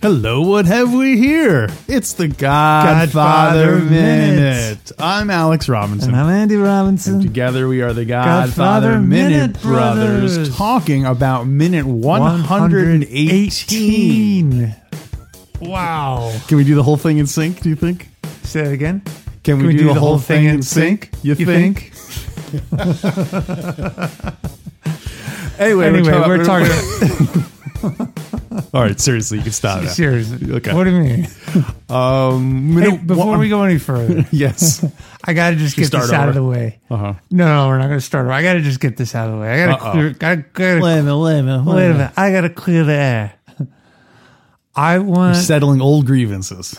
Hello, what have we here? It's the Godfather, Godfather Minute. Minute. I'm Alex Robinson. And I'm Andy Robinson. Together we are the Godfather, Godfather Minute, Minute Brothers, Brothers. talking about minute 118. Wow. Can we do the whole thing in sync, do you think? Say that again. Can, we, do, the whole thing, in sync? You, think? Anyway, Anyway, we're talking. All right, seriously, you can stop now. Seriously. Okay. What do you mean? Um, Hey, minute before one- we go any further, Yes. I got to just get start this out of over. the way. Uh-huh. No, no, we're not going to start. over. I got to just get this out of the way. I got to Uh-oh. clear. Gotta, gotta, Wait a minute, wait a minute. wait a minute. I got to clear the air. I want. Settling old grievances.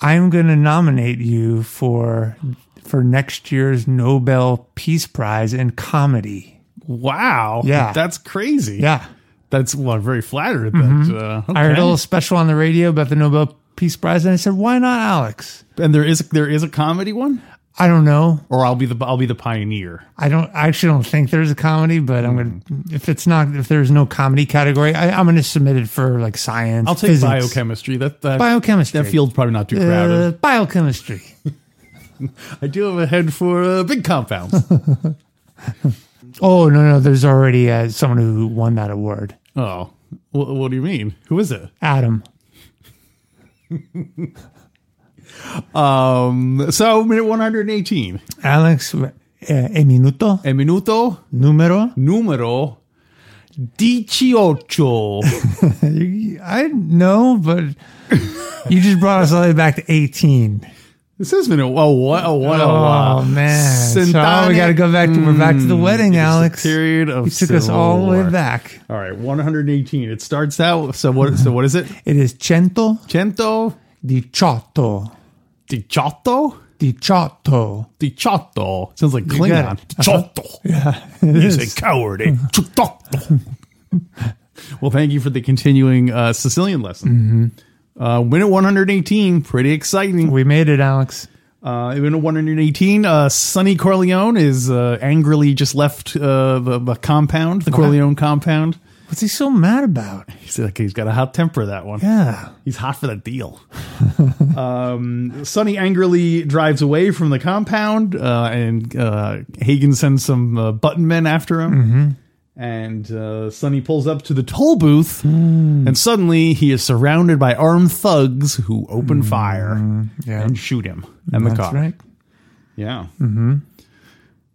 I'm going to nominate you for for next year's Nobel Peace Prize in comedy. Wow. Yeah. That's crazy. Yeah. That's well, I'm very flattered. That, Mm-hmm. uh, I heard okay. a little special on the radio about the Nobel Peace Prize, and I said, "Why not Alex?" and there is there is a comedy one, I don't know. or I'll be the I'll be the pioneer. I don't. I actually don't think there's a comedy, but I'm gonna. Mm. If it's not, if there's no comedy category, I, I'm gonna submit it for like science. I'll take physics, biochemistry. That that, Biochemistry. that field's probably not too crowded. Uh, biochemistry. Uh, I do have a head for uh, big compounds. Oh no, no. There's already uh, someone who won that award. oh, what, what do you mean? Who is it? Adam. Um, so minute 118. Alex. Uh, e minuto El minuto numero. numero dieciocho. I know, but you just brought us all the way back to 18. this is minute. Oh, what? Oh, what? Oh wow. man! So now Sentane- we Mm, got to go back to we're back to the wedding, Alex. You Period of took us civil all the war. way back. All right, 118. It starts out. So what? So what is it? It is cento Cento diciotto, diciotto diciotto. diciotto. Sounds like got Klingon. it. Diciotto. Yeah, He's a coward. eh? Diciotto. well, thank you for the continuing uh, Sicilian lesson. Mm-hmm. Uh, win at 118. Pretty exciting. we made it, Alex. Uh, win at 118. Uh, Sonny Corleone is uh, angrily just left uh, the, the compound, the Corleone compound. What's he so mad about? He's like he's got a hot temper. That one. Yeah, He's hot for that deal. um, Sonny angrily drives away from the compound, uh, and uh, Hagen sends some uh, button men after him. Mm-hmm. And uh, Sonny pulls up to the toll booth, Mm. and suddenly he is surrounded by armed thugs who open fire yeah. and shoot him and the Mm. That's cop. right. Yeah. Mm-hmm.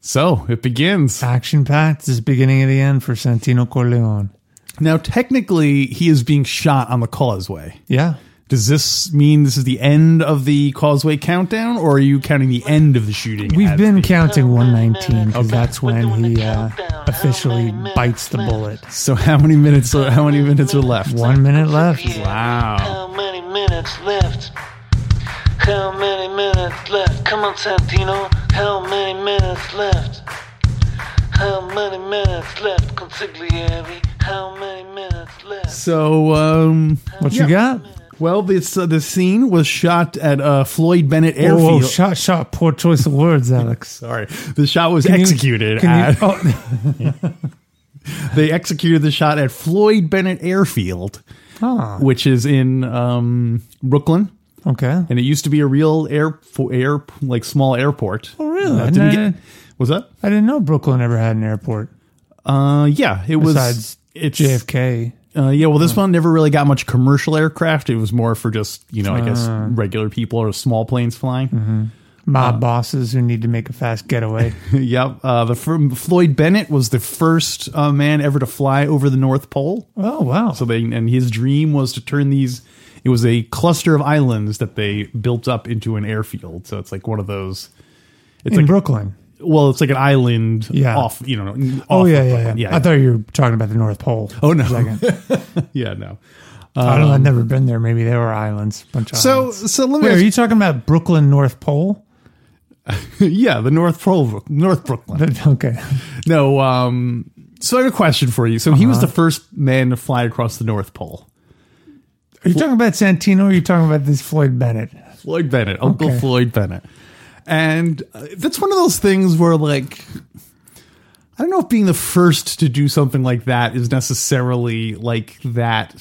So it begins. Action packed. This is beginning of the end for Santino Corleone. Now, technically, he is being shot on the causeway. Yeah. Does this mean this is the end of the Causeway countdown, or are you counting the end of the shooting? We've as been the- counting 119 because that's when he uh, officially bites the bullet. so how many minutes? Are, how many minutes are left? One minute left. Wow. How many minutes left? How many minutes left? Come on, Santino. How many minutes left? How many minutes left, Consigliere? How many minutes left? So, um, What you got? well, this uh, this scene was shot at uh, Floyd Bennett Airfield. Oh, shot, shot. Poor choice of words, Alex. Sorry, the shot was Can you- executed. can you- at- oh, they executed the shot at Floyd Bennett Airfield, Ah. which is in um, Brooklyn, okay. and it used to be a real air air like small airport. Oh, really? Uh, I, didn't didn't, get, was that? I didn't know Brooklyn ever had an airport Uh, yeah, it was. besides it's JFK. uh, yeah. Well, this one never really got much commercial aircraft. It was more for just you know, I guess Uh. regular people or small planes flying. Mm-hmm. Oh. Mob bosses who need to make a fast getaway. yep. Uh, the fir- Floyd Bennett was the first uh, man ever to fly over the North Pole. oh, wow. So they and his dream was to turn these. It was a cluster of islands that they built up into an airfield. So it's like one of those. It's In like Brooklyn. well, it's like an island Yeah. off. You know. Off Oh, of yeah, yeah, yeah. Brooklyn. I thought you were talking about the North Pole. Oh no. yeah. No. I don't know. I've never been there. Maybe they were islands. Bunch of So islands. so let me. Wait, ask are you talking about Brooklyn North Pole? yeah, the North Pole, North Brooklyn. okay. No, um, so I have a question for you. So he was the Uh-huh. first man to fly across the North Pole. Are you talking about Santino or are you talking about this Floyd Bennett? Floyd Bennett, Uncle Okay. Floyd Bennett. And uh, that's one of those things where, like, I don't know if being the first to do something like that is necessarily like that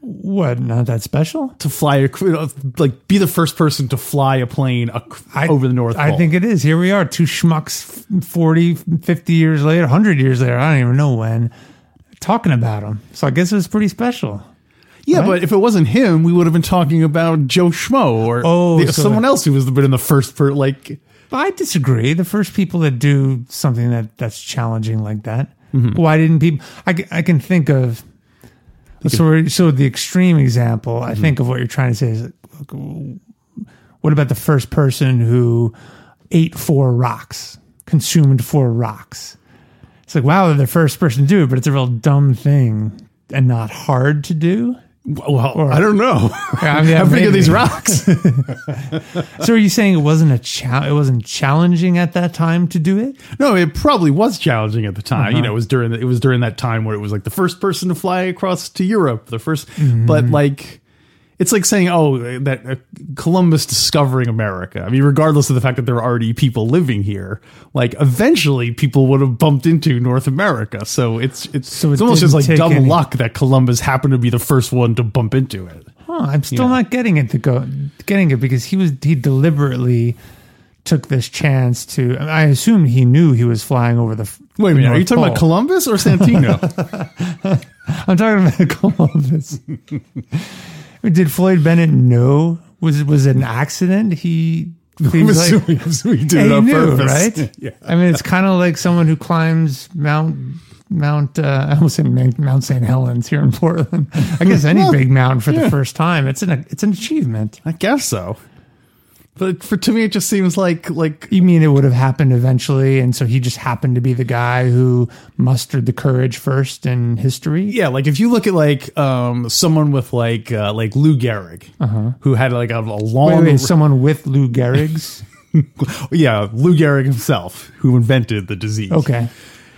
What? Not that special? to fly, ac- like, be the first person to fly a plane ac- over the North Pole. I think it is. Here we are, two schmucks f- 40, 50 years later, 100 years later, I don't even know when, talking about him. So I guess it was pretty special. yeah, right? but if it wasn't him, we would have been talking about Joe Schmo or Oh, the- so- someone else who was the, been the first per like. But I disagree. The first people that do something that that's challenging like that, why didn't people? I, ca- I can think of. So, we're- so the extreme example, I think of what you're trying to say is, look, what about the first person who ate four rocks, consumed four rocks? It's like, wow, they're the first person to do it, but it's a real dumb thing and not hard to do. Well, I don't know. I mean, How big are maybe. these rocks? So, are you saying it wasn't a chal? It wasn't challenging at that time to do it? No, it probably was challenging at the time. Uh-huh. You know, it was during the, it was during that time where it was like the first person to fly across to Europe, the 1st But Mm-hmm. like, it's like saying, oh, that uh, Columbus discovering America. I mean, regardless of the fact that there were already people living here, like eventually people would have bumped into North America. So it's it's So it it's almost didn't just like take dumb any- luck that Columbus happened to be the first one to bump into it. Huh, I'm still not getting it to go getting it because he was he deliberately took this chance to. I assume he knew he was flying over the. f- Wait a minute, are you North talking about Pole. Columbus or Santino? I'm talking about Columbus. Did Floyd Bennett know was it was it an accident? He. he I'm was like- assuming, I'm assuming he did it he on knew, purpose. right? Yeah. I mean, it's kind of like someone who climbs Mount Mount. Uh, I almost said Mount Mount St. Helens here in Portland. I guess any Well, big mountain for yeah. the first time. It's an it's an achievement. I guess so. But for to me, it just seems like like You mean it would have happened eventually, and so he just happened to be the guy who mustered the courage first in history? yeah, like if you look at like um someone with like uh, like Lou Gehrig who had like a, a Wait, long wait, someone with Lou Gehrig's? yeah Lou Gehrig himself who invented the disease. Okay.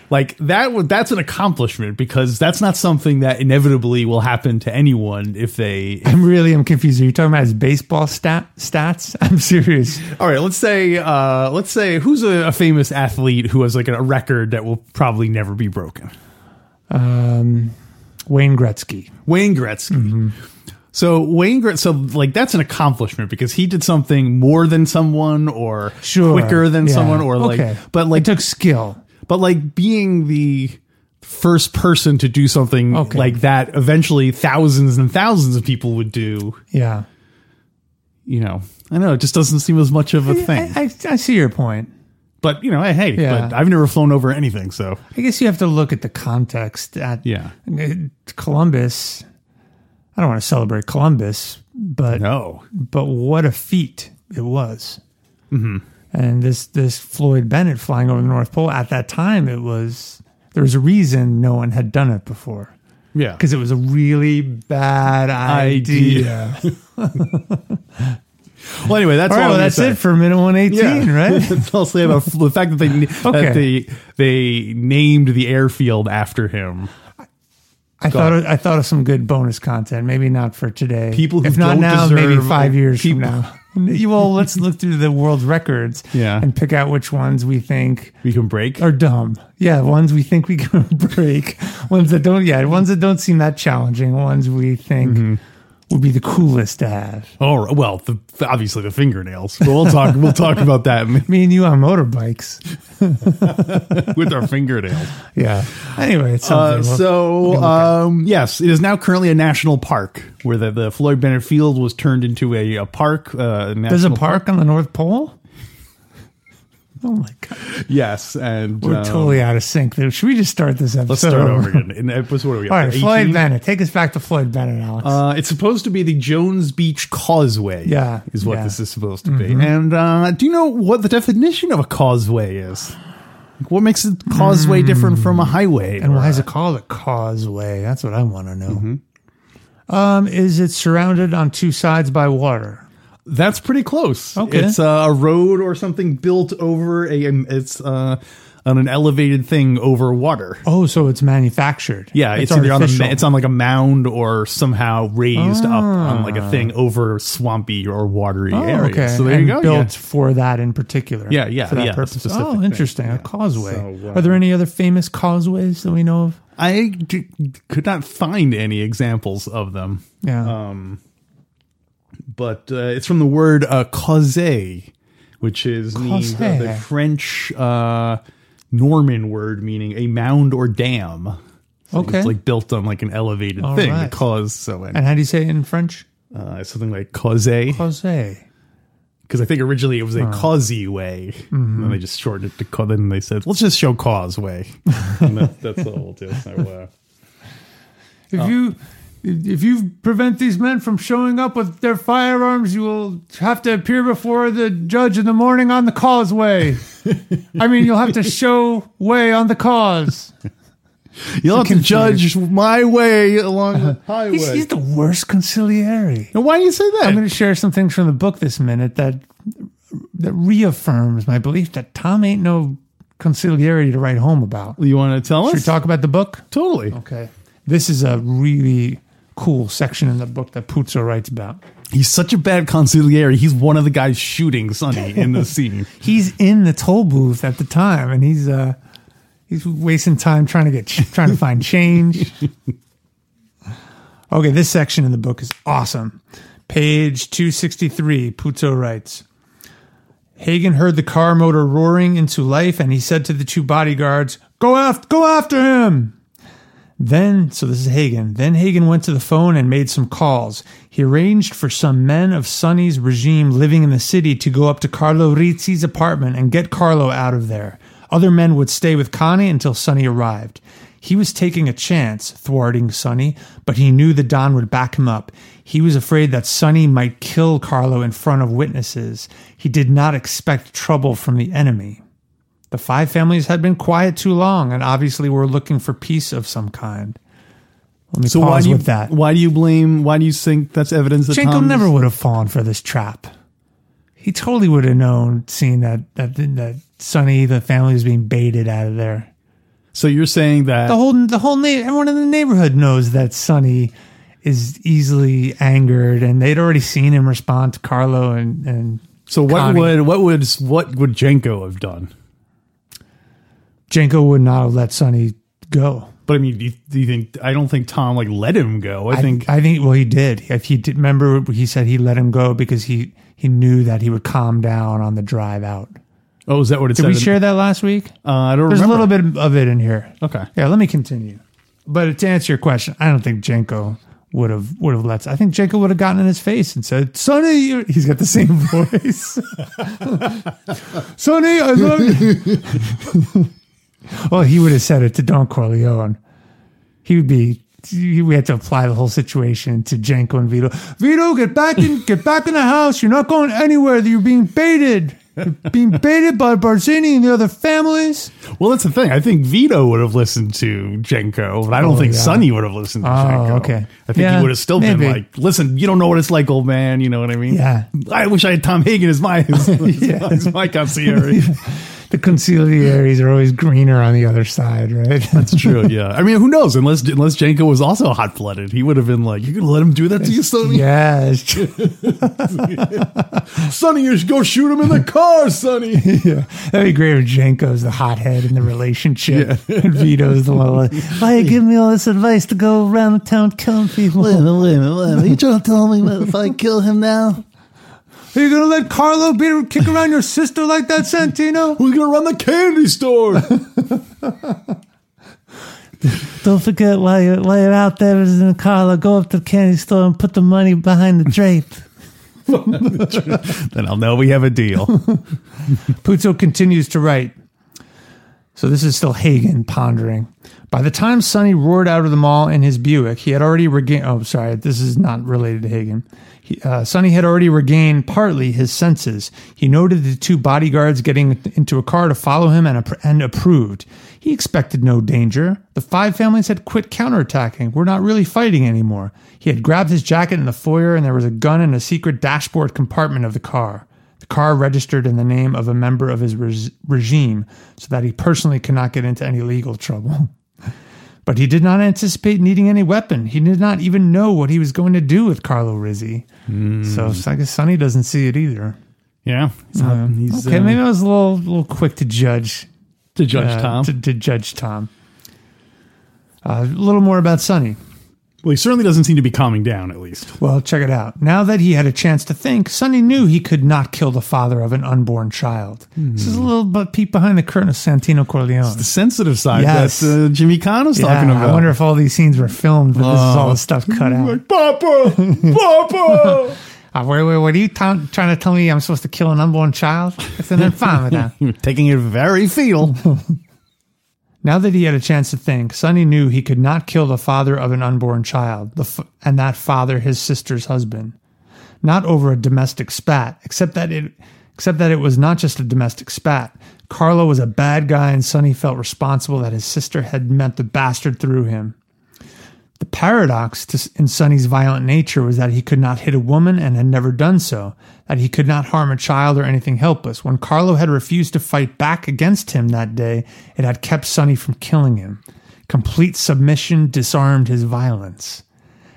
like that would that's an accomplishment because that's not something that inevitably will happen to anyone if they. I'm really am confused. Are you talking about his baseball stat stats? I'm serious. All right, let's say uh let's say who's a, a famous athlete who has like a record that will probably never be broken. Um, Wayne Gretzky. Wayne Gretzky. So Wayne Gretzky, so like that's an accomplishment because he did something more than someone or Sure. quicker than Yeah. someone or like, Okay. but It like, took skill. but like being the first person to do something Okay. like that, eventually thousands and thousands of people would do, Yeah. you know, I don't know, it just doesn't seem as much of a thing, I, I, I see your point. but you know, hey, hey, Yeah. but I've never flown over anything. So I guess you have to look at the context. At yeah, Columbus. I don't want to celebrate Columbus, but no, but what a feat it was. Mm-hmm. And this this Floyd Bennett flying over the North Pole at that time, it was there was a reason no one had done it before yeah. because it was a really bad idea. well, anyway, that's All all right, I'm well, gonna that's say. it for minute one eighteen, right? That's all I'll say about the fact that they that they they named the airfield after him. I thought of, I thought of some good bonus content. Maybe not for today. People who if not don't now, maybe deserve- five years people- from now. You- well, let's look through the world records Yeah. and pick out which ones we think We can break. are dumb. Yeah, ones we think we can break, ones that don't. Yeah, ones that don't seem that challenging, ones we think Mm-hmm. would be the coolest to have. Oh well, the, obviously the fingernails. But we'll talk. we'll talk about that Me and you on motorbikes. with our fingernails. Yeah. Anyway, it's something. Uh, We'll- so um, yes, it is now currently a national park where the, the Floyd Bennett Field was turned into a, a park. Uh, there's a national, park on the North Pole. Oh my god, yes, and we're um, totally out of sync. Should we just start this episode? Let's start over again. In episode, what are we up All to, right, Floyd 18? Bennett. Take us back to Floyd Bennett, Alex. Uh, it's supposed to be the Jones Beach Causeway. Yeah, is what yeah. Mm-hmm. this is supposed to be. And uh, do you know what the definition of a causeway is? Like, what makes a causeway different from a highway? Mm. and why is it called a causeway? That's Mm-hmm. what I want to know. Um, is it surrounded on two sides by water? That's pretty close. Okay. It's uh, a road or something built over a. um, It's uh, on an elevated thing over water. Oh, so it's manufactured. Yeah, it's, either on a, artificial. ma- it's on like a mound or somehow raised up on like a thing over swampy or watery Ah. Oh, area. okay. So there and you go. Built yeah. for that in particular. Yeah, yeah, For that yeah, purpose. specific Oh, thing, interesting. yeah. A causeway. So, uh, Are there any other famous causeways that we know of? I d- could not find any examples of them, Yeah. Um, but uh, it's from the word uh, cause, which is means uh, the Causer. French uh, Norman word meaning a mound or dam. okay. It's like built on like an elevated All thing. right. Cause so and, and how do you say it in French? uh, something like cause because Causeway. I think originally it was a causey way, and Mm-hmm. then they just shortened it to cause. Then they said, "Let's just show causeway." and that, that's all we'll do. So, uh, Oh. If you if you prevent these men from showing up with their firearms, you will have to appear before the judge in the morning on the causeway. I mean, you'll have to show way on the cause. you'll have to judge my way along the highway. Uh-huh. He's, he's the worst conciliary. Now, why do you say that? I'm going to share some things from the book this minute that that reaffirms my belief that Tom ain't no conciliary to write home about. you want to tell Should we us? talk Oh. about the book? totally. Okay. This is a really cool section in the book that Puzo writes about. He's such a bad conciliary. He's one of the guys shooting Sonny in the scene. He's in the toll booth at the time, and he's uh he's wasting time trying to get trying to find change. Okay, this section in the book is awesome. Page 263, Puzo writes Hagen heard the car motor roaring into life, and he said to the two bodyguards, Go after, go after him. Then, so this is Hagen. Then Hagen went to the phone and made some calls. He arranged for some men of Sonny's regime living in the city to go up to Carlo Rizzi's apartment and get Carlo out of there. Other men would stay with Connie until Sonny arrived. He was taking a chance, thwarting Sonny, but he knew the Don would back him up. He was afraid that Sonny might kill Carlo in front of witnesses. He did not expect trouble from the enemy. The five families had been quiet too long and obviously were looking for peace of some kind. Let me So why pause do you with that. why do you blame? Why do you think that's evidence that Jenko Tom's- never would have fallen for this trap. He totally would have known, seeing that that that Sonny, the family was being baited out of there. So you're saying that The whole the whole na- everyone in the neighborhood knows that Sonny is easily angered, and they'd already seen him respond to Carlo and and So what Connie. would what would what would Jenko have done? Jenko would not have let Sonny go. But I mean, do you, do you think I don't think Tom like let him go? I, think I think well he did. If he did, remember he said he let him go because he he knew that he would calm down on the drive out. oh, is that what it Did said? we share that last week? Uh, I don't There's remember. a little bit of it in here. Okay. Yeah, let me continue. But to answer your question, I don't think Jenko would have would have let. I think Jenko would have gotten in his face and said, "Sonny, you-" he's got the same voice. Sonny, I love you." well, he would have said it to Don Corleone. He would be. he- We had to apply the whole situation to Jenko and Vito. Vito, get back in, get back in the house. You're not going anywhere. You're being baited. You're being baited by Barzini and the other families. Well, that's the thing. I think Vito would have listened to Jenko, but I don't think Oh, yeah. Sonny would have listened to Oh, Jenko. okay. I think Yeah, he would have still been maybe. like, "Listen, you don't know what it's like, old man. You know what I mean? Yeah. I wish I had Tom Hagen as my as, Yeah. as my concierge. the conciliaries are always greener on the other side, right? That's true. Yeah. I mean, who knows? Unless unless Jenko was also hot blooded, he would have been like, "You gonna let him do that to you, Sonny? yes. Sonny, you should go shoot him in the car, Sonny." Yeah. That'd be great if Jenko's the hothead in the relationship and Vito's the one like, why you give me all this advice to go around the town killing people? Wait a minute, wait a minute, wait a minute. Are you trying to tell me what if I kill him now? Are you going to let Carlo be, kick around your sister like that, Santino? Who's gonna run the candy store? Don't forget while you're, while you're out there visiting Carla, go up to the candy store and put the money behind the drape. then I'll know we have a deal. Puzo continues to write. So this is still Hagen pondering. By the time Sonny roared out of the mall in his Buick, he had already regained. Oh, sorry, this is not related to Hagen. He, uh, Sonny had already regained partly his senses. He noted the two bodyguards getting into a car to follow him and, appro- and approved. He expected no danger. The five families had quit counterattacking. We're not really fighting anymore. He had grabbed his jacket in the foyer, and there was a gun in a secret dashboard compartment of the car. The car registered in the name of a member of his res- regime so that he personally could not get into any legal trouble. But he did not anticipate needing any weapon. He did not even know what he was going to do with Carlo Rizzi. So I guess Sonny doesn't see it either. Yeah. It's not- he's, Okay, uh, maybe I was a little, little quick to judge to judge uh, Tom. To, to judge Tom. Uh, a little more about Sonny. well, he certainly doesn't seem to be calming down, at least. Well, check it out. Now that he had a chance to think, Sonny knew he could not kill the father of an unborn child. This is a little but peek behind the curtain of Santino Corleone. The sensitive side Yes. that uh, Jimmy Connors Yeah, talking about. Oh. I wonder if all these scenes were filmed, but this is all the stuff cut out. Like, Papa! Papa! Uh, wait, wait, what are you ta- trying to tell me? I'm supposed to kill an unborn child? It's an infamity. You're taking it very fetal. Now that he had a chance to think, Sonny knew he could not kill the father of an unborn child, the f- and that father his sister's husband. Not over a domestic spat, except that it except that it was not just a domestic spat. Carlo was a bad guy and Sonny felt responsible that his sister had met the bastard through him. The paradox to, in Sonny's violent nature was that he could not hit a woman and had never done so, that he could not harm a child or anything helpless. When Carlo had refused to fight back against him that day, it had kept Sonny from killing him. Complete submission disarmed his violence.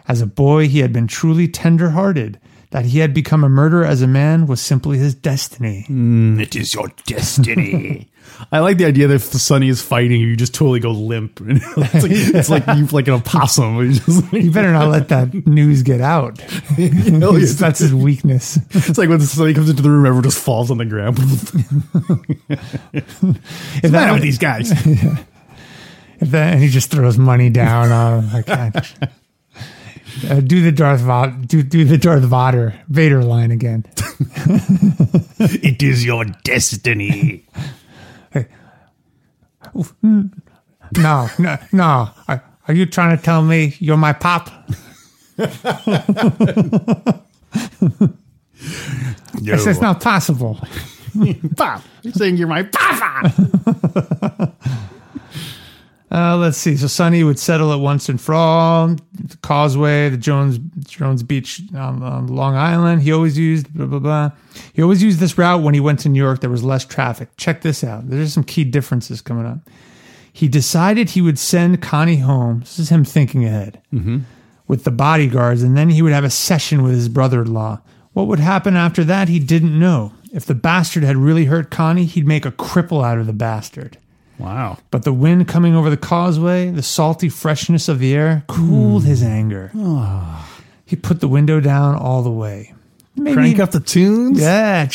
As a boy, he had been truly tender hearted. That he had become a murderer as a man was simply his destiny. Hmm. it is your destiny. I like the idea that if Sonny is fighting, you just totally go limp. it's like, it's like you like an opossum. You just, You better not let that news get out. it's, That's his weakness. it's like when Sonny comes into the room, everyone just falls on the ground. What's If the that- matter with these guys? If that- and he just throws money down. Oh, I can't. Uh, do the Darth Va- do do the Darth Vader Vader line again. it is your destiny. No, no, no. Are, are you trying to tell me you're my pop? No. It's, it's not possible. Pop. You're saying you're my papa. Uh, let's see. So Sonny would settle at once and for all. The Causeway, the Jones Jones Beach um, on Long Island. He always used blah blah blah. He always used this route when he went to New York. There was less traffic. Check this out. There's some key differences coming up. He decided he would send Connie home. This is him thinking ahead with the bodyguards, and then he would have a session with his brother in law. What would happen after that, he didn't know. If the bastard had really hurt Connie, he'd make a cripple out of the bastard. Wow. But the wind coming over the causeway, the salty freshness of the air, cooled his anger. He put the window down all the way. Maybe, Crank up the tunes. Yeah.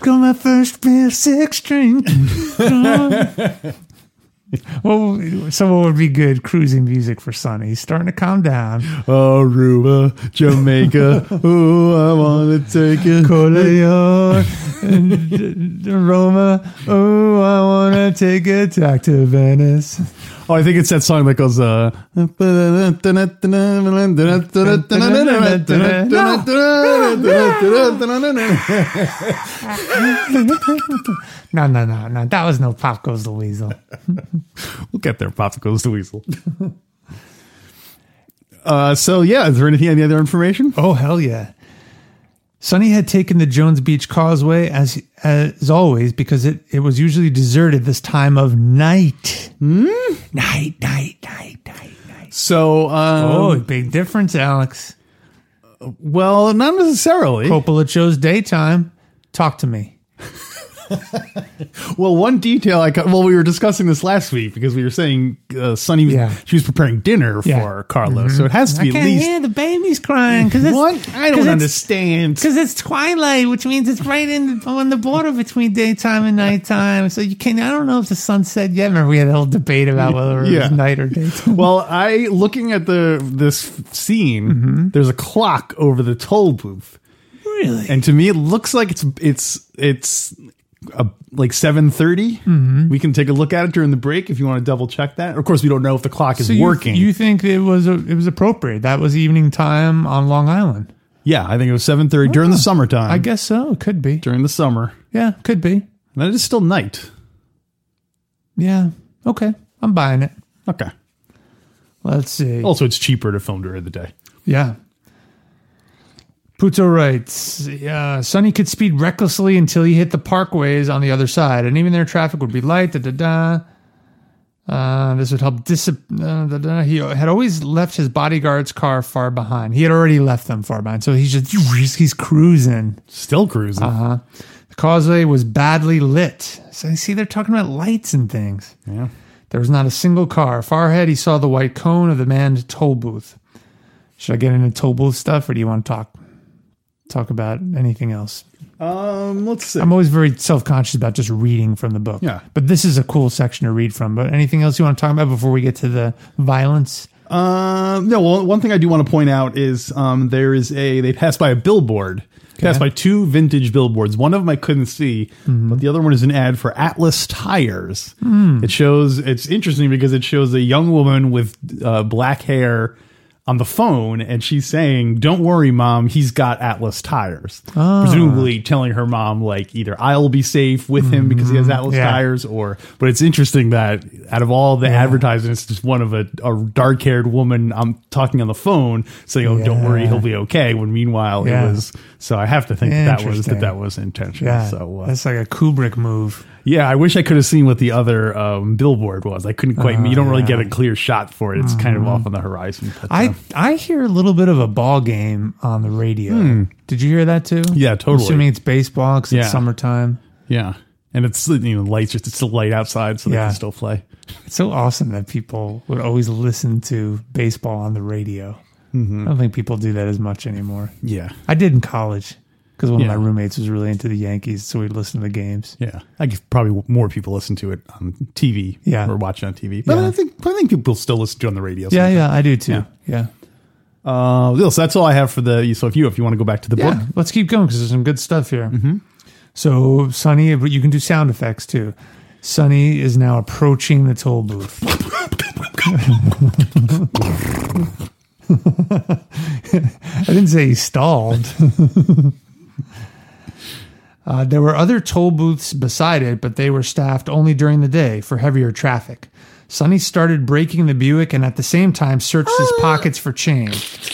Got my first real six drink. well, so what would be good cruising music for Sonny? He's starting to calm down. Aruba, Jamaica. Ooh, I want to take it. Coleor, Roma. Oh, I wanna take a tack to Venice. Oh, I think it's that song that goes. Uh, No, no, no, no. That was no Pop Goes the Weasel. We'll get there. Pop goes the weasel. Uh, so yeah, is there anything any other information? Oh hell yeah! Sonny had taken the Jones Beach Causeway as as always because it it was usually deserted this time of night. Hmm? Night, night, night, night, night. So, uh, oh, big difference, Alex. well, not necessarily. Coppola chose daytime. Talk to me. Well, one detail I got, well, we were discussing this last week because we were saying uh, Sunny, Yeah. she was preparing dinner Yeah. Mm-hmm. for Carlos, so it has to be at least the baby's crying because what I don't understand. Because it's twilight, which means it's right in the, on the border between daytime and nighttime. So you can I don't know if the sun set yet. Remember we had a whole debate about whether it Yeah. was night or daytime. Well, I looking at the this scene, Mm-hmm. there's a clock over the toll booth, Really? and to me, it looks like it's it's it's uh like seven Mm-hmm. We can take a look at it during the break if you want to double check that. Of course, we don't know if the clock is So you- working. You, think it was it was appropriate? That was evening time on Long Island. yeah, I think it was seven thirty during the summertime. Oh. I guess so. It could be. during the summer, Yeah, could be. and it is still night. Yeah. Okay, I'm buying it. Okay. Let's see. Also, it's cheaper to film during the day. Yeah. Puto writes, yeah, Sonny could speed recklessly until he hit the parkways on the other side, and even their traffic would be light. Da da da. Uh, this would help dissipate. Uh, da, da. He had always left his bodyguard's car far behind. He had already left them far behind, so he's just he's cruising. Still cruising. Uh-huh. The causeway was badly lit. So you see, they're talking about lights and things. Yeah. There was not a single car. Far ahead, he saw the white cone of the manned toll booth. Should I get into toll booth stuff, or do you want to talk talk about anything else? Um, let's see. I'm always very self conscious about just reading from the book. Yeah. but this is a cool section to read from. But anything else you want to talk about before we get to the violence? Um, no, well, one thing I do want to point out is um, there is a they passed by a billboard. Passed by two vintage billboards. One of them I couldn't see, but the other one is an ad for Atlas tires. It shows it's interesting because it shows a young woman with uh, black hair on the phone, and she's saying, "Don't worry, mom. He's got Atlas tires." Presumably telling her mom like either I'll be safe with him because he has Atlas Yeah. tires or but it's interesting that out of all the advertisements it's just one of a, a dark-haired woman i'm talking on the phone saying oh don't worry Yeah. he'll be okay when meanwhile Yeah. it was so i have to think that, that was that Interesting. that was intentional Yeah, so uh, that's like a Kubrick move. yeah i wish i could have seen what the other um, billboard was i couldn't quite Uh, you don't really get a clear shot for it it's kind of off on the horizon but, uh, Uh-huh. I I hear a little bit of a ball game on the radio. Did you hear that too? Hmm. Yeah, I'm totally. assuming it's baseball because Yeah. it's summertime. yeah and it's you know lights it's still light outside so they Yeah. can still play It's so awesome that people would always listen to baseball on the radio. Mm-hmm. I don't think people do that as much anymore. yeah I did in college because one Yeah. of my roommates was really into the Yankees, so we'd listen to the games. Yeah, I guess probably more people listen to it on TV, Yeah. or watch it on TV. But Yeah. I think I think people still listen to it on the radio. Yeah, yeah, I do too. Yeah. Yeah, yeah. Uh, yeah, so that's all I have for the. So if you if you want to go back to the book, Let's keep going because there's some good stuff here. So Sonny, but you can do sound effects too. Sonny is now approaching the toll booth. I didn't say he stalled. Uh, there were other toll booths beside it, but they were staffed only during the day for heavier traffic. Sonny started braking the Buick and at the same time searched his pockets for change.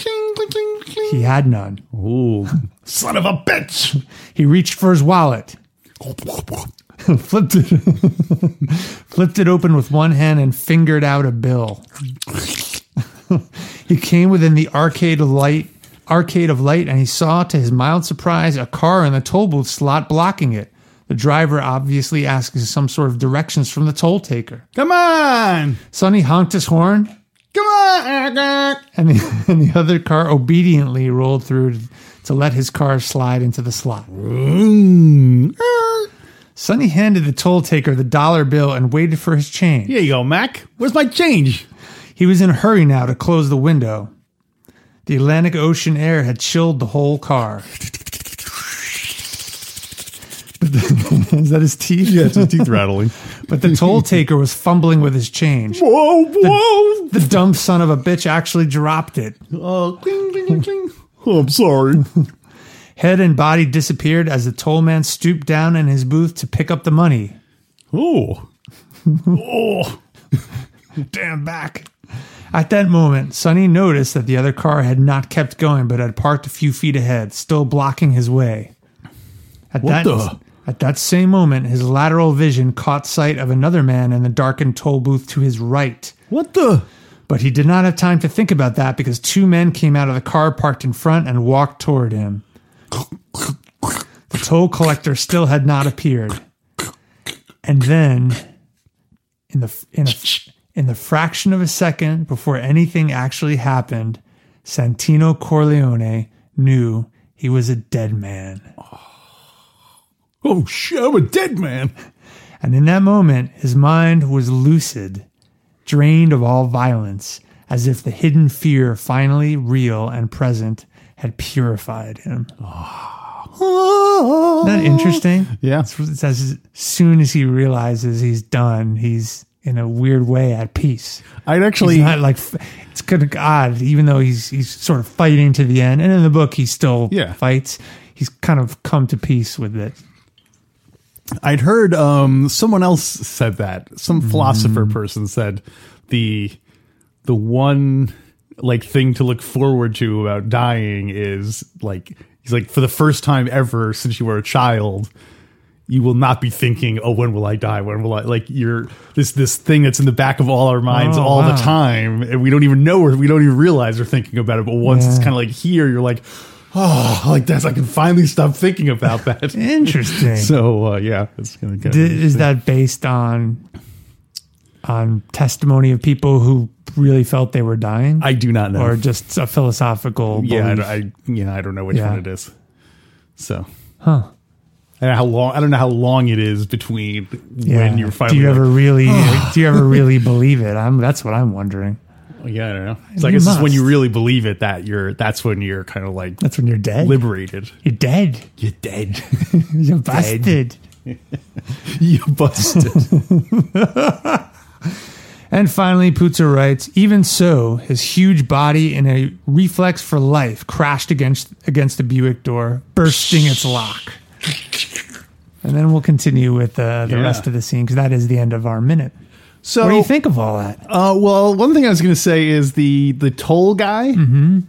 He had none. ooh, son of a bitch! He reached for his wallet, flipped it, flipped it open with one hand, and fingered out a bill. he came within the arcade of light, arcade of light, and he saw, to his mild surprise, a car in the toll booth slot blocking it. The driver obviously asking some sort of directions from the toll taker. Come on, Sonny honked his horn, come on! Eric. and the, and the other car obediently rolled through to let his car slide into the slot. Mm. Er. Sonny handed the toll taker the dollar bill and waited for his change. Here you go, Mac. Where's my change? He was in a hurry now to close the window. The Atlantic Ocean air had chilled the whole car. But the- Is that his teeth? his teeth rattling. But the toll taker was fumbling with his change. Whoa, whoa! The dumb son of a bitch actually dropped it. Uh, cling, cling, cling. Oh, I'm sorry. Head and body disappeared as the toll man stooped down in his booth to pick up the money. Oh, oh, damn back. At that moment, Sonny noticed that the other car had not kept going but had parked a few feet ahead, still blocking his way. At What that the- at that same moment, his lateral vision caught sight of another man in the darkened toll booth to his right. what the? But he did not have time to think about that because two men came out of the car parked in front and walked toward him. The toll collector still had not appeared. And then, in the in a, in the fraction of a second before anything actually happened, Santino Corleone knew he was a dead man. Oh shit! I'm a dead man. And in that moment, his mind was lucid, drained of all violence, as if the hidden fear, finally real and present, had purified him. Isn't that interesting? Oh. Yeah. It's, it's as soon as he realizes he's done, he's in a weird way at peace. I'd actually He's not like f- it's kind of odd, even though he's he's sort of fighting to the end. And in the book, he still Yeah. fights. He's kind of come to peace with it. I'd heard um, someone else said that. Some philosopher Mm-hmm. person said the the one like thing to look forward to about dying is like he's like for the first time ever since you were a child you will not be thinking oh when will i die when will i like you're this this thing that's in the back of all our minds Oh, all wow. the time and we don't even know or we don't even realize we're thinking about it but once it's Yeah. kind of like here you're like oh like that's i can finally stop thinking about that Interesting. so uh, yeah, it's gonna get. D- is that based on on testimony of people who really felt they were dying, I do not know. or just a philosophical? yeah, I, belief? I yeah, I don't know which Yeah. one it is. So huh? I don't know how long. I don't know how long it is between when you're finally. do you ever like- really do you ever really believe it? I'm that's what I'm wondering. yeah, I don't know. So I You guess it's when must. you really believe it that you're. That's when you're kind of like That's when you're dead. liberated. you're dead. You're dead. You're busted. you busted. And finally, Putzer writes, even so, his huge body in a reflex for life crashed against against the Buick door, bursting its lock. And then we'll continue with uh, the Yeah. rest of the scene because that is the end of our minute. So What do you think of all that? Uh, well, one thing I was going to say is the the toll guy. Mm-hmm.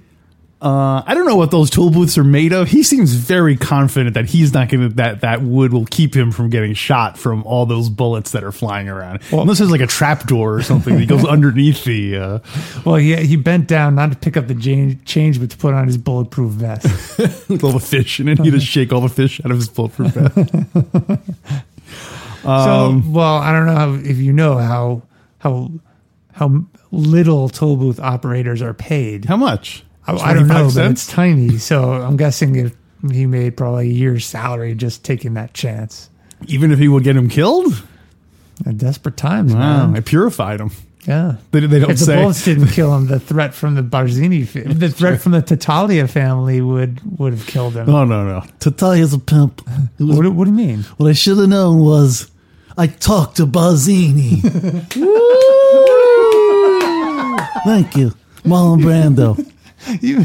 Uh, I don't know what those toll booths are made of. He seems very confident that he's not going to that that wood will keep him from getting shot from all those bullets that are flying around. Unless there's like a trap door or something that goes underneath the. Uh, Well, he, he bent down not to pick up the jan- change, but to put on his bulletproof vest. with all the fish in it. He just shake all the fish out of his bulletproof vest. So, well, I don't know how, if you know how how how little toll booth operators are paid. How much? I, I don't know, 25 but cents? it's tiny. So I'm guessing if he made probably a year's salary just taking that chance. Even if he would get him killed, At desperate times, wow! man. I purified him. Yeah. They, they don't If the say. bullets didn't kill him, the threat from the Barzini, fa- the threat from the Tatalia family would would have killed him. No, no, no. Tatalia's a pimp. What, do- what do you mean? What I should have known was I talked to Barzini. Thank you, Marlon Brando. You,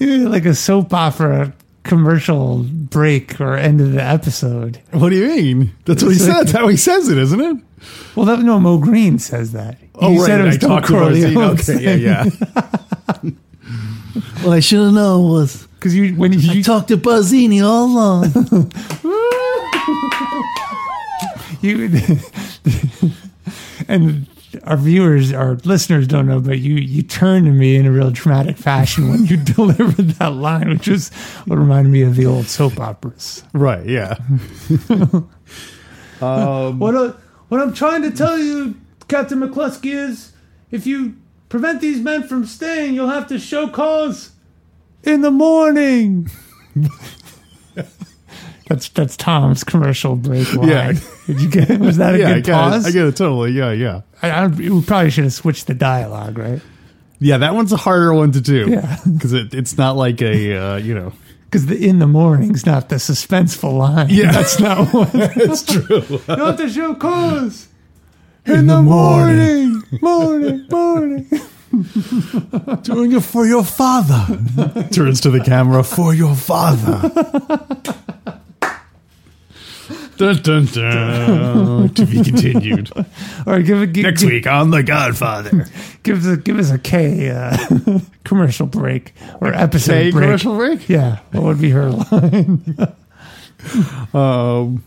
you made like a soap opera commercial break or end of the episode. What do you mean? That's what he said. That's how he says it, isn't it? Well, that, no, Mo Green says that. Oh, he right. said it was I Don talked to Rosine. Corleone's Okay, yeah, yeah. What I should have known was Because you, when you, I talked to Barzini all along. you and our viewers, our listeners don't know, but you you turned to me in a real dramatic fashion when you delivered that line, which was what reminded me of the old soap operas. right, yeah. What I, what I'm trying to tell you, Captain McCluskey, is if you prevent these men from staying, you'll have to show cause in the morning. that's that's Tom's commercial break line. Yeah. Did you get it? Was that a yeah, I good get pause? it. I get it totally. Yeah, yeah. I, I, we probably should have switched the dialogue, right? Yeah, that one's a harder one to do. Yeah. Because it, it's not like a, uh, you know. Because the in the morning's not the suspenseful line. that's not one. That's true. not the show cause in, the, morning, morning, morning. Doing it for your father. Turns to the camera for your father. dun, dun, dun. to be continued. All right, give it give, Next give- week on The Godfather. give us a, give us a K uh, commercial break or episode Say break. commercial break? Yeah, what would be her line? Um,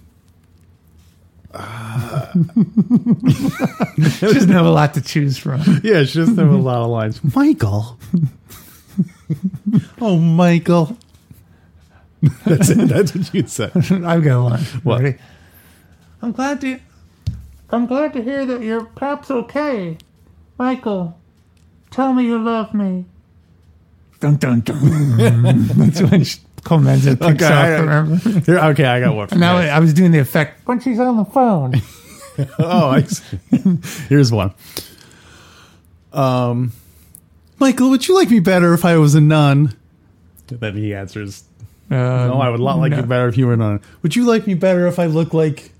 She doesn't have a lot to choose from. yeah, she doesn't have a lot of lines. Michael. oh, Michael. That's it. That's what you said. I've got one. What? Ready? I'm glad to. I'm glad to hear that your pap's okay, Michael. Tell me you love me. Dun dun dun. That's when she comments and picks Okay, up. I- remember? Here, okay, I got one. For Now you. I was doing the effect Um, when she's on the phone. Oh, I see. here's one. Um, Michael, would you like me better if I was a nun? Then he answers, "No, I would lot like no. you better if you were a nun. Would you like me better if I look like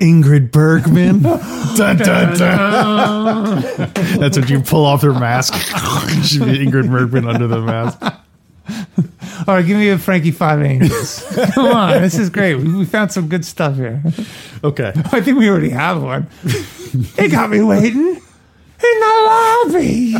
Ingrid Bergman?" Dun, dun, dun. That's what you pull off her mask. Should be Ingrid Bergman under the mask. All right, give me a Frankie Five Angels. Come on, this is great. We, we found some good stuff here. Okay. I think we already have one. they got me waiting in the lobby.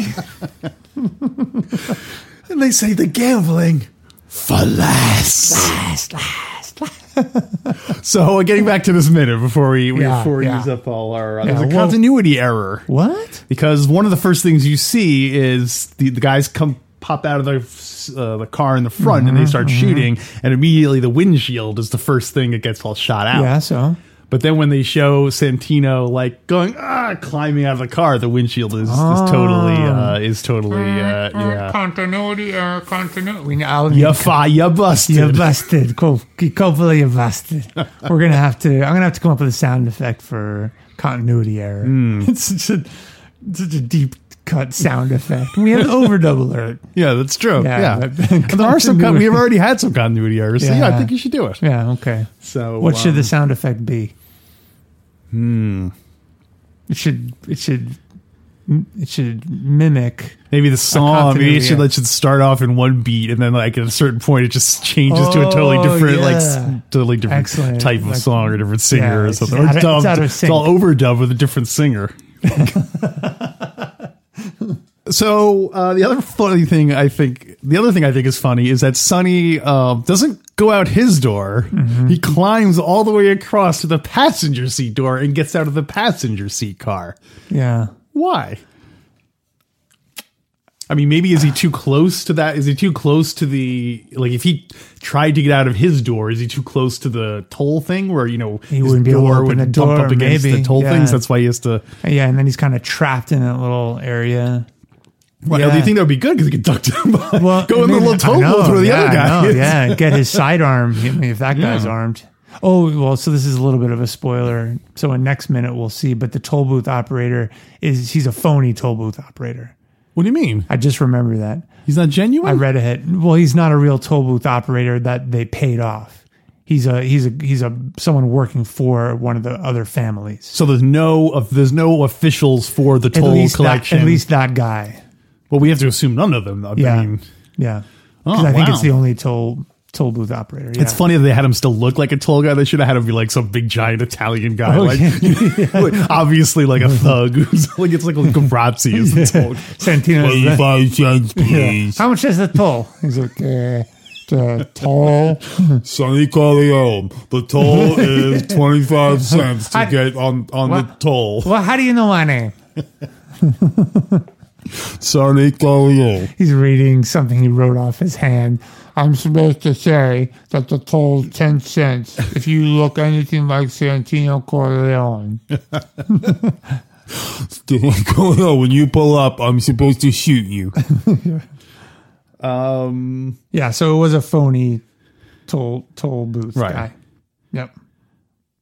And they say the gambling for less. Last, last, last. So uh, getting back to this minute before we we- Yeah, before we yeah. use up all our uh, there's a well- continuity error What? because one of the first things you see is the, the guys come pop out of the uh, the car in the front and they Mm-hmm, start shooting and immediately the windshield is the first thing that gets all shot out. Yeah, so But then when they show Santino like going ah climbing out of the car, the windshield is, Oh. is totally uh, is totally uh, yeah. continuity, uh, continuity. We I'll need You to- fi- you busted. You busted. Cool. Hopefully you busted. We're gonna have to. I'm gonna have to come up with a sound effect for continuity error. It's such a such a deep cut sound effect. We have overdub alert. yeah, that's true. Yeah, Yeah, but- And there are some. Con- we have already had some continuity errors. So yeah, I Yeah. think you should do it. Yeah. Okay. So What should um, the sound effect be? Hmm. It should. It should. It should mimic. maybe the song? Maybe it continuity should error. it should start off in one beat, and then like at a certain point, it just changes to a totally Oh, different like s- yeah. totally different Excellent. type of Like- song or different singer Yeah, or it's something. out Or it's, of- it's dubbed- out of it's all overdubbed with a different singer. So uh, the other funny thing I think, the other thing I think is funny is that Sonny uh, doesn't go out his door. Mm-hmm. He climbs all the way across to the passenger seat door and gets out of the passenger seat car. Yeah. Why? I mean, maybe is he too close to that? Is he too close to the like? If he tried to get out of his door, is he too close to the toll thing where you know He his wouldn't be able to open the bump door, up against maybe. the toll Yeah. things? That's why he has to. Yeah. And then he's kind of trapped in that little area. Well, Do Yeah. you think that would be good because he could duck down behind, go in the maybe- little I toll know, booth where the yeah, other I guy know, is? yeah, get his sidearm. I mean, if that guy's armed. Oh well, so this is a little bit of a spoiler. So in next minute we'll see, but the toll booth operator is he's a phony toll booth operator. What do you mean? I just remember that. He's not I genuine. read ahead. Well, he's not a real toll booth operator that they paid off. He's a he's a he's a someone working for one of the other families. so there's no of there's no officials for the At toll least collection. that at least that guy. well, we have to assume none of them. I Yeah, mean, yeah. Oh, 'Cause I think wow. it's the only toll toll booth operator. Yeah. It's funny that they had him still look like a toll guy. They should have had him be like some big giant Italian Oh, guy, like, like, obviously like a thug. who's like it's like Gambrazzi is the toll. Santino's the- Five cents, please. How much is the toll? He's like, uh, the toll. Sonny Corleone. The toll is 25 cents to I- get on, on the What? toll. Well, how do you know my name? Sonny Corleone. He's reading something he wrote off his hand. I'm supposed to say that the toll's 10 cents if you look anything like Santino Corleone. Sonny Corleone, when you pull up, I'm supposed to shoot you. Yeah, so it was a phony toll toll booth Right. guy. Yep.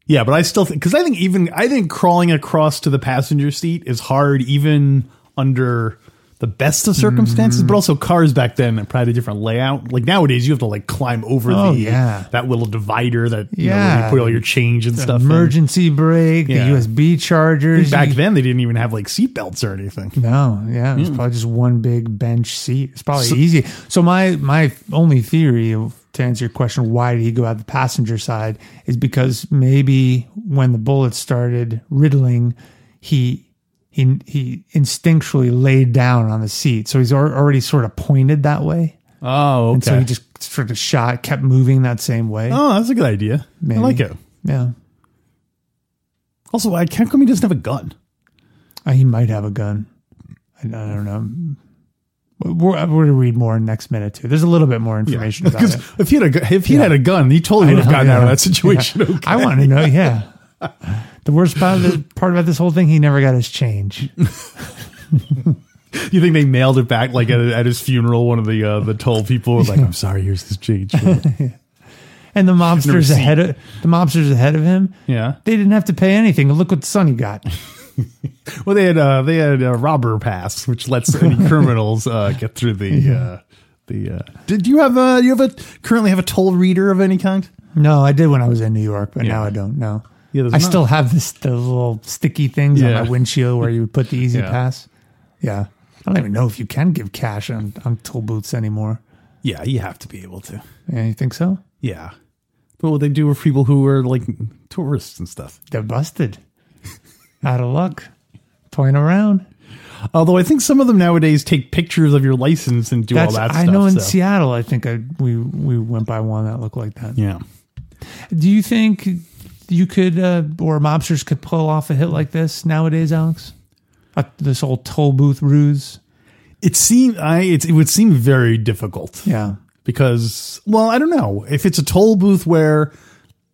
Yeah, but I still think because I think even I think crawling across to the passenger seat is hard, even under the best of circumstances. Mm-hmm. But also cars back then probably had a different layout. Like nowadays, you have to like climb over Oh, the yeah. that little divider that you know, where Yeah. you put all your change and stuff. in. Emergency brake, Yeah. the USB chargers. Back You- then, they didn't even have like seatbelts or anything. No, yeah, Hmm. it's probably just one big bench seat. It's probably easy. So my my only theory of, to answer your question, why did he go out the passenger side, is because maybe when the bullets started riddling, he he he instinctually laid down on the seat, so he's al- already sort of pointed that way, Oh, okay. and so he just sort of shot, kept moving that same way. Oh, that's a good idea. Maybe. I like it. Yeah, Also, why can't come? He doesn't have a gun. Uh, he might have a gun. I, I don't know. We're, we're going to read more in next minute too. There's a little bit more information about Because it. if he had a gu- if he had a gun, he totally would have gotten out of that situation. Yeah. I want to know. Yeah. The worst part, the part about this whole thing, he never got his change. You think they mailed it back like at, at his funeral? One of the uh, the toll people was like, "I'm sorry, here's his change." And the mobsters seen- ahead of the mobsters ahead of him. yeah. They didn't have to pay anything. Look what Sonny got. Well, they had uh, they had a robber pass, which lets any criminals uh, get through the uh, the. Uh, did you have a you have a currently have a toll reader of any kind? No, I did when I was in New York, but now I don't. No, Yeah, I there's not. still have this the little sticky things Yeah. on my windshield where you would put the Easy Yeah. Pass. Yeah, I don't even know if you can give cash on on toll booths anymore. Yeah, you have to be able to. Yeah, you think so? Yeah. But what they do with people who are like tourists and stuff. They're busted, out of luck, toying around. Although I think some of them nowadays take pictures of your license and do That's all that I stuff. know in so- Seattle. I think I, we we went by one that looked like that. Yeah. Do you think you could uh, or mobsters could pull off a hit like this nowadays, Alex? Uh, this whole toll booth ruse. It seem I it's, it would seem very difficult. Yeah. because well i don't know if it's a toll booth where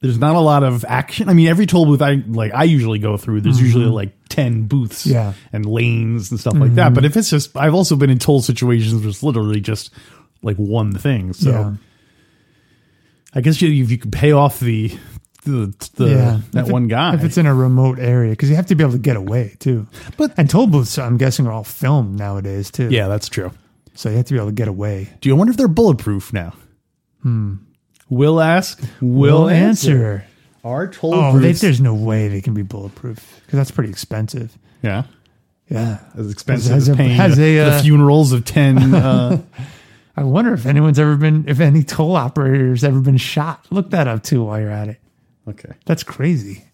there's not a lot of action i mean every toll booth i like i usually go through there's usually like 10 booths Mm-hmm. Yeah. Mm-hmm. and lanes and stuff like that but if it's just i've also been in toll situations where it's literally just like one thing so Yeah. i guess you, if you could pay off the the, the Yeah. that If it- one guy If it's in a remote area, because you have to be able to get away too. But- and toll booths, I'm guessing, are all filmed nowadays too. yeah that's true So you have to be able to get away. do you wonder if they're bulletproof now Hmm. we will ask will We'll answer. our toll Oh, they, booths there's no way they can be bulletproof because that's pretty expensive. yeah Yeah. as expensive Has as a- paying has the, a, the uh, funerals of 10 uh, I wonder if anyone's ever been, if any toll operator's ever been shot. Look that up too while you're at it. okay That's crazy.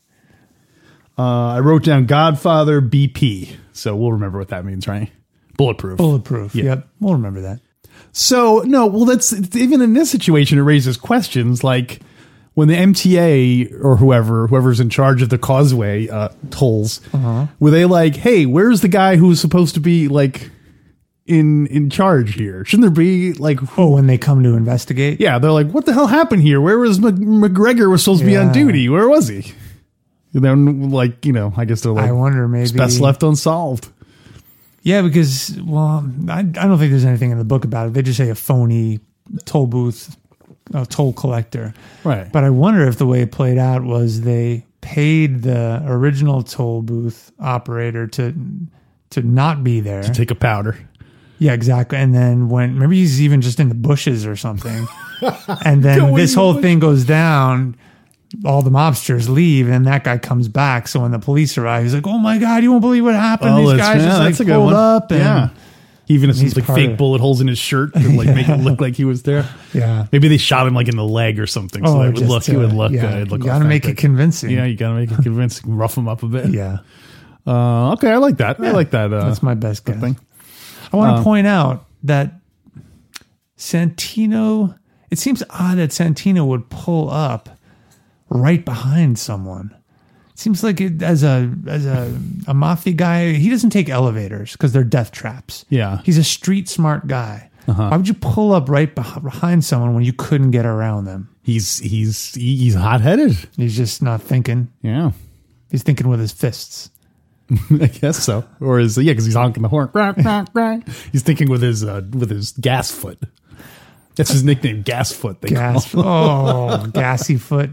uh, i wrote down godfather bp so we'll remember what that means right bulletproof Bulletproof. Yep. We'll remember that. so no well that's even in this situation it raises questions like when the mta or whoever whoever's in charge of the causeway uh, tolls Uh-huh. were they like hey where's the guy who's supposed to be like in in charge here shouldn't there be like who Oh, when they come to investigate? Yeah, they're like, what the hell happened here? Where was Mc- McGregor was supposed to be on Yeah. duty? Where was he? And then, like, you know, I guess they're like, I wonder maybe. it's best left unsolved. Yeah, because, well, I, I don't think there's anything in the book about it. They just say a phony toll booth, uh, toll collector. Right. But But I wonder if the way it played out was they paid the original toll booth operator to to not be there. take a powder. Yeah, exactly. And then when maybe he's even just in the bushes or something. and then this whole thing goes down. All the mobsters leave, and that guy comes back. So when the police arrive, he's like, "Oh my god, you won't believe what happened! Oh, These guys just like pulled up." And, yeah. Even if he's it's like part fake of- bullet holes in his shirt to like make it look like he was there. yeah. Maybe they shot him like in the leg or something. So that would just, look, he would uh, look, Yeah, uh, it'd look you gotta make it authentic. convincing. Yeah, you gotta make it convincing, rough him up a bit. yeah. Uh, okay, I like that. I like that. Uh, That's my best guess. thing. Um, I want to point out that Santino, it seems odd that Santino would pull up right behind someone. It seems like it, as a as a, a mafia guy, he doesn't take elevators because they're death traps. Yeah. Uh-huh. He's a street smart guy. Why would you pull up right beh- behind someone when you couldn't get around them? he's he's he- he's hot headed. He's just not thinking. Yeah. He's thinking with his fists. I guess so. Or is yeah, because he's honking the horn. Rock, rock, rock. he's thinking with his uh, with his gas foot. That's his nickname, gas foot. They call Gas. him. Oh, gassy foot.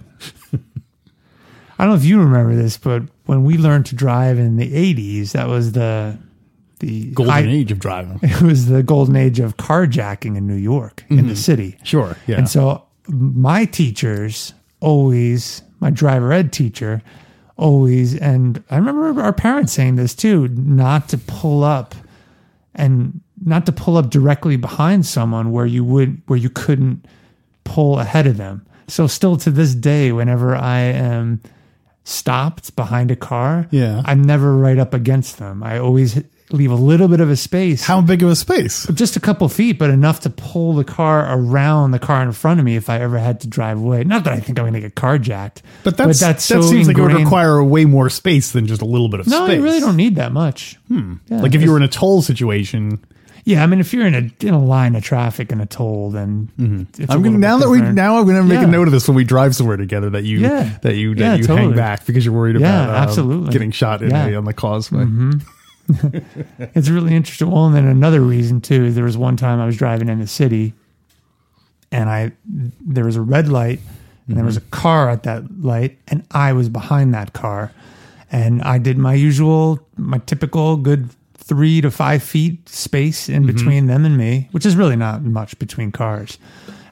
I don't know if you remember this, but when we learned to drive in the '80s, that was the the golden I- age of driving. It was the golden age of carjacking in New York in Mm-hmm. the city. Sure, yeah. And so my teachers always, my driver ed teacher always, and I remember our parents saying this too, not to pull up and not to pull up directly behind someone where you would where you couldn't pull ahead of them. So still to this day, whenever I am stopped behind a car, Yeah. I'm never right up against them. I always leave a little bit of a space How big of a space? just a couple feet, but enough to pull the car around the car in front of me if I ever had to drive away. Not that I think I'm going to get carjacked, But that's, that so seems like it would ingrained- require way more space than just a little bit of No, space. Hmm. you really don't need that much. Yeah, Like if you it's- were in a toll situation, yeah, I mean, if you're in a in a line of traffic in a toll, then Mm-hmm. it's a I'm gonna little now bit that we different. now I'm gonna make Yeah. a note of this when we drive somewhere together that you Yeah. that you that Yeah, you totally. hang back because you're worried Yeah, about um, absolutely. getting shot in Yeah. Mm-hmm. a, on the causeway. It's really interesting. Well, and then another reason too is there was one time I was driving in the city, and I there was a red light, and there was a car at that light, and I was behind that car, and I did my usual, my typical good three to five feet space in between them and me, which is really not much between cars,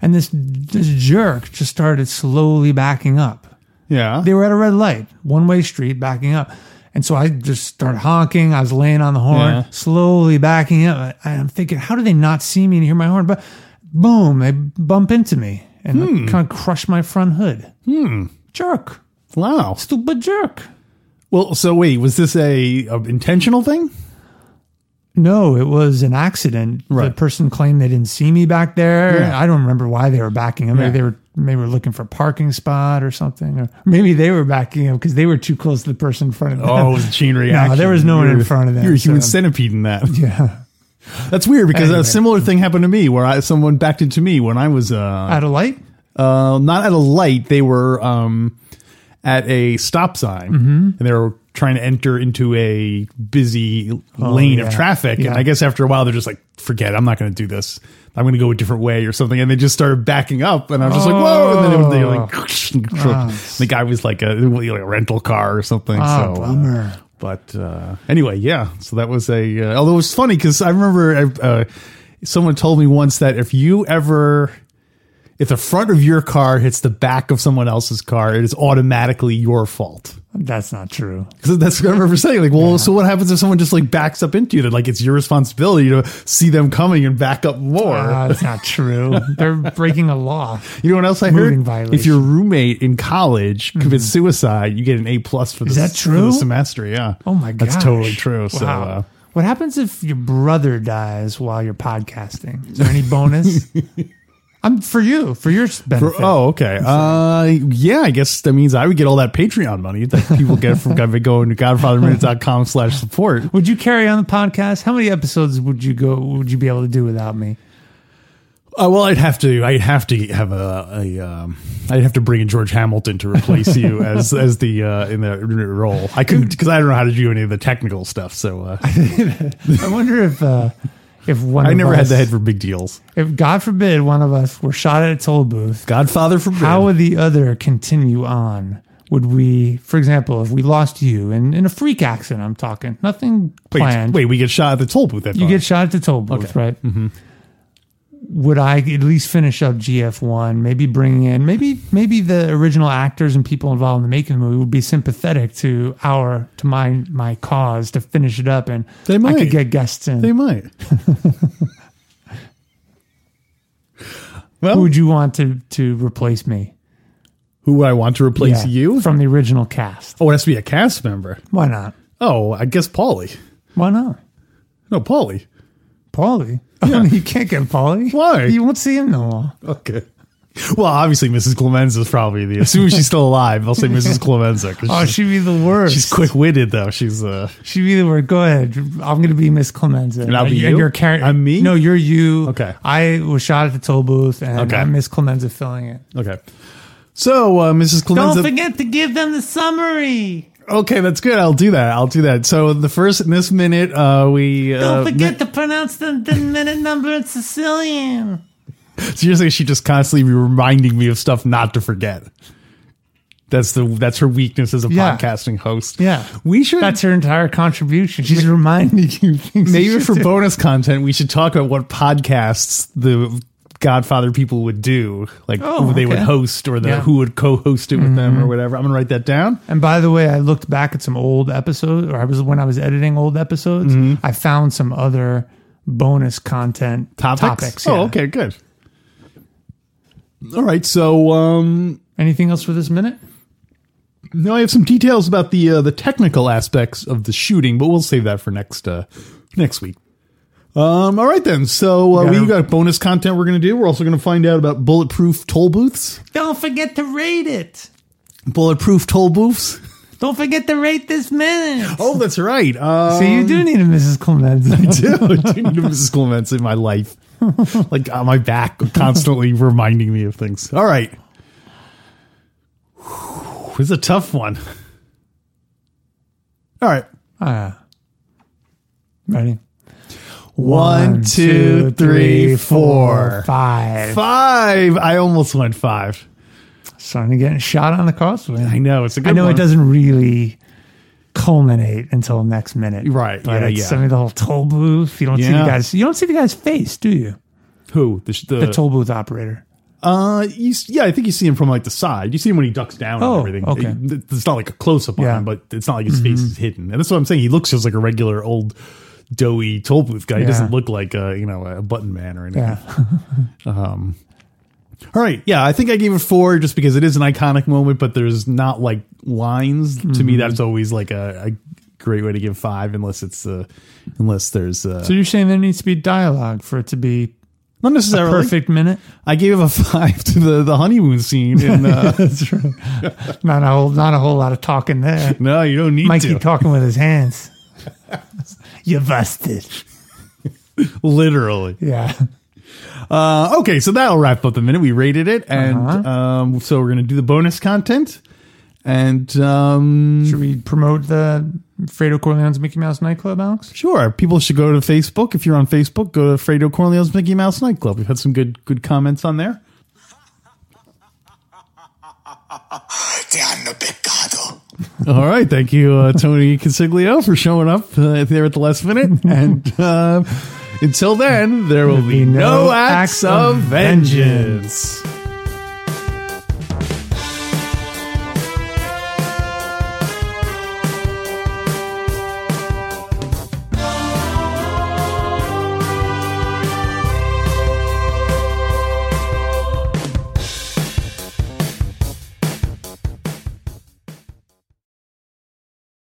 and this this jerk just started slowly backing up Yeah, they were at a red light, one way street, backing up. And so I just started honking. I was laying on the horn, Yeah. slowly backing up. And I'm thinking, how do they not see me and hear my horn? But boom, they bump into me and Hmm. kind of crush my front hood. Hmm. Jerk. Wow. Stupid jerk. Well, so wait, was this a, a intentional thing? No, it was an accident. The Right. person claimed they didn't see me back there. Yeah. I don't remember why they were backing him. Maybe Yeah. they were maybe were looking for a parking spot or something, or maybe they were backing him because they were too close to the person in front of them. Oh, it was a chain reaction. there was no one in You're- front of them, You're a human so- centipede in that. yeah, That's weird because Anyway. a similar thing happened to me where I, someone backed into me when I was uh, at a light. uh, not at a light. They were um, at a stop sign Mm-hmm. and they were trying to enter into a busy lane Oh, yeah. of traffic. Yeah. And I guess after a while, they're just like, forget, it. I'm not going to do this. I'm going to go a different way or something. And they just started backing up. And I was just like, whoa. And then they, they like, Oh. the guy was like a, like a rental car or something. Ah, so, uh, bummer. but uh, anyway, yeah. So that was a. Uh, although it was funny because I remember uh, someone told me once that if you ever, if the front of your car hits the back of someone else's car, it is automatically your fault. That's not true. Because that's what I remember saying. Like, well, so what happens if someone just like backs up into you? That like it's your responsibility to see them coming and back up more. Ah, that's not true. They're breaking a law. you know what else I moving heard? violation. Hmm. If your roommate in college commits suicide, you get an A plus for the that s- for the true? semester. Yeah. Oh my god, that's totally true. So. Uh, what happens if your brother dies while you're podcasting? Is there any bonus? I'm for you for your benefit. Oh, okay. Uh, yeah, I guess that means I would get all that Patreon money that people get from going to godfatherminute.com slash support. Would you carry on the podcast? How many episodes would you go? Would you be able to do without me? Uh, well, I'd have to, I'd have to have a, a um, I'd have to bring in George Hamilton to replace you as, as the, uh, in the role. I couldn't, cause I don't know how to do any of the technical stuff. So, uh, I wonder if uh, if one. I of never had us- the head for big deals. If God forbid one of us were shot at a toll booth, Godfather forbid. how would the other continue on? Would we, for example, if we lost you in, in a freak accident? I'm talking nothing wait, planned. wait, Mm-hmm. we get shot at the toll booth. That you get shot at the toll booth, right? Would I at least finish up GF one? Maybe bring in maybe maybe the original actors and people involved in the making of the movie would be sympathetic to our to my my cause to finish it up, and They I might. could get guests in. they might. well, Who would you want to to replace me? who would I want to replace Yeah, you? from the original cast. Oh, it has to be a cast member. Why not? Oh, I guess Paulie. Why not? No, Paulie. Paulie. Oh, you can't get Paulie. Why? You won't see him no more. Okay. Well, obviously, Mrs. Clemenza is probably the. Assuming she's still alive, I'll say Mrs. Clemenza. 'cause Oh, she's, she'd be the worst. she's quick-witted, though. She's uh, She'd be the word. Go ahead. I'm going to be Miss Clemenza. And I'll be you? are carrying. I'm me? No, you're you. Okay. I was shot at the toll booth, and Okay. I'm Miss Clemenza filling it. okay. So, uh, Mrs. Don't Clemenza. forget to give them the summary. okay, that's good. I'll do that. I'll do that. So, the first in this minute, uh, we uh, Don't forget to pronounce the, the minute number in Sicilian. seriously, she just constantly be reminding me of stuff not to forget. That's the that's her weakness as a Yeah. podcasting host. Yeah. we should. That's her entire contribution. She's reminding you things. you Maybe should for do. bonus content, we should talk about what podcasts the Godfather people would do, like Oh, who they would okay. host or the Yeah. Mm-hmm. who would co-host it with them or whatever. I'm gonna write that down. And by the way, I looked back at some old episodes, or I was when I was editing old episodes, Mm-hmm. I found some other bonus content Topics. yeah. Oh, okay, good. All right, so um, Anything else for this minute? now I have some details about the uh, the technical aspects of the shooting, but we'll save that for next uh, next week. Um, all right then. So uh, Got we've it. got bonus content we're gonna do. We're also gonna find out about bulletproof toll booths, Don't forget to rate it. bulletproof toll booths. Don't forget to rate this minute. Oh, that's right. Um, So you do need a Mrs. Clemenza. do. I do need a Mrs. Clements in my life. Like on my back, constantly reminding me of things. All right. Whew, It's a tough one. All right. Ah. Ready? One, two, three, four, five. five. I almost went five. Starting to get shot on the crosswind. I know. It's a good I know one. it doesn't really culminate until next minute, Right, But yeah, it's, yeah. I mean, the whole toll booth. You don't see the Yeah. guys. You don't see the guy's face, do you? Who? The, sh- the, The toll booth operator. uh, you, s- yeah, I think you see him from like the side. You see him when he ducks down Oh, and everything. okay. It- it's not like a close up on Yeah. Mm-hmm. him, but it's not like his face is hidden. And that's what I'm saying. He looks just like a regular old doughy toll booth guy. He Yeah. doesn't look like a you know a button man or anything. Yeah. All right, yeah, I think I gave it four just because it is an iconic moment, but there's not like lines. To Mm-hmm. me, that's always like a, a great way to give five, unless it's uh, unless there's uh, So you're saying there needs to be dialogue for it to be not necessarily perfect minute, I gave a five to the the honeymoon scene. In, uh, not a whole, not a whole lot of talking there. no, you don't need Mikey to. talking with his hands. you busted. Literally. Yeah. Uh, okay, so that'll wrap up the minute. We rated it, and um, so we're gonna do the bonus content. And um, Should we promote the Fredo Corleone's Mickey Mouse nightclub, Alex? Sure, people should go to Facebook. If you're on Facebook, go to Fredo Corleone's Mickey Mouse Nightclub. We've had some good good comments on there. Te hanno peccato. All right, thank you, uh, Tony Consiglio, for showing up uh, there at the last minute. And uh, until then, there will be no acts of vengeance.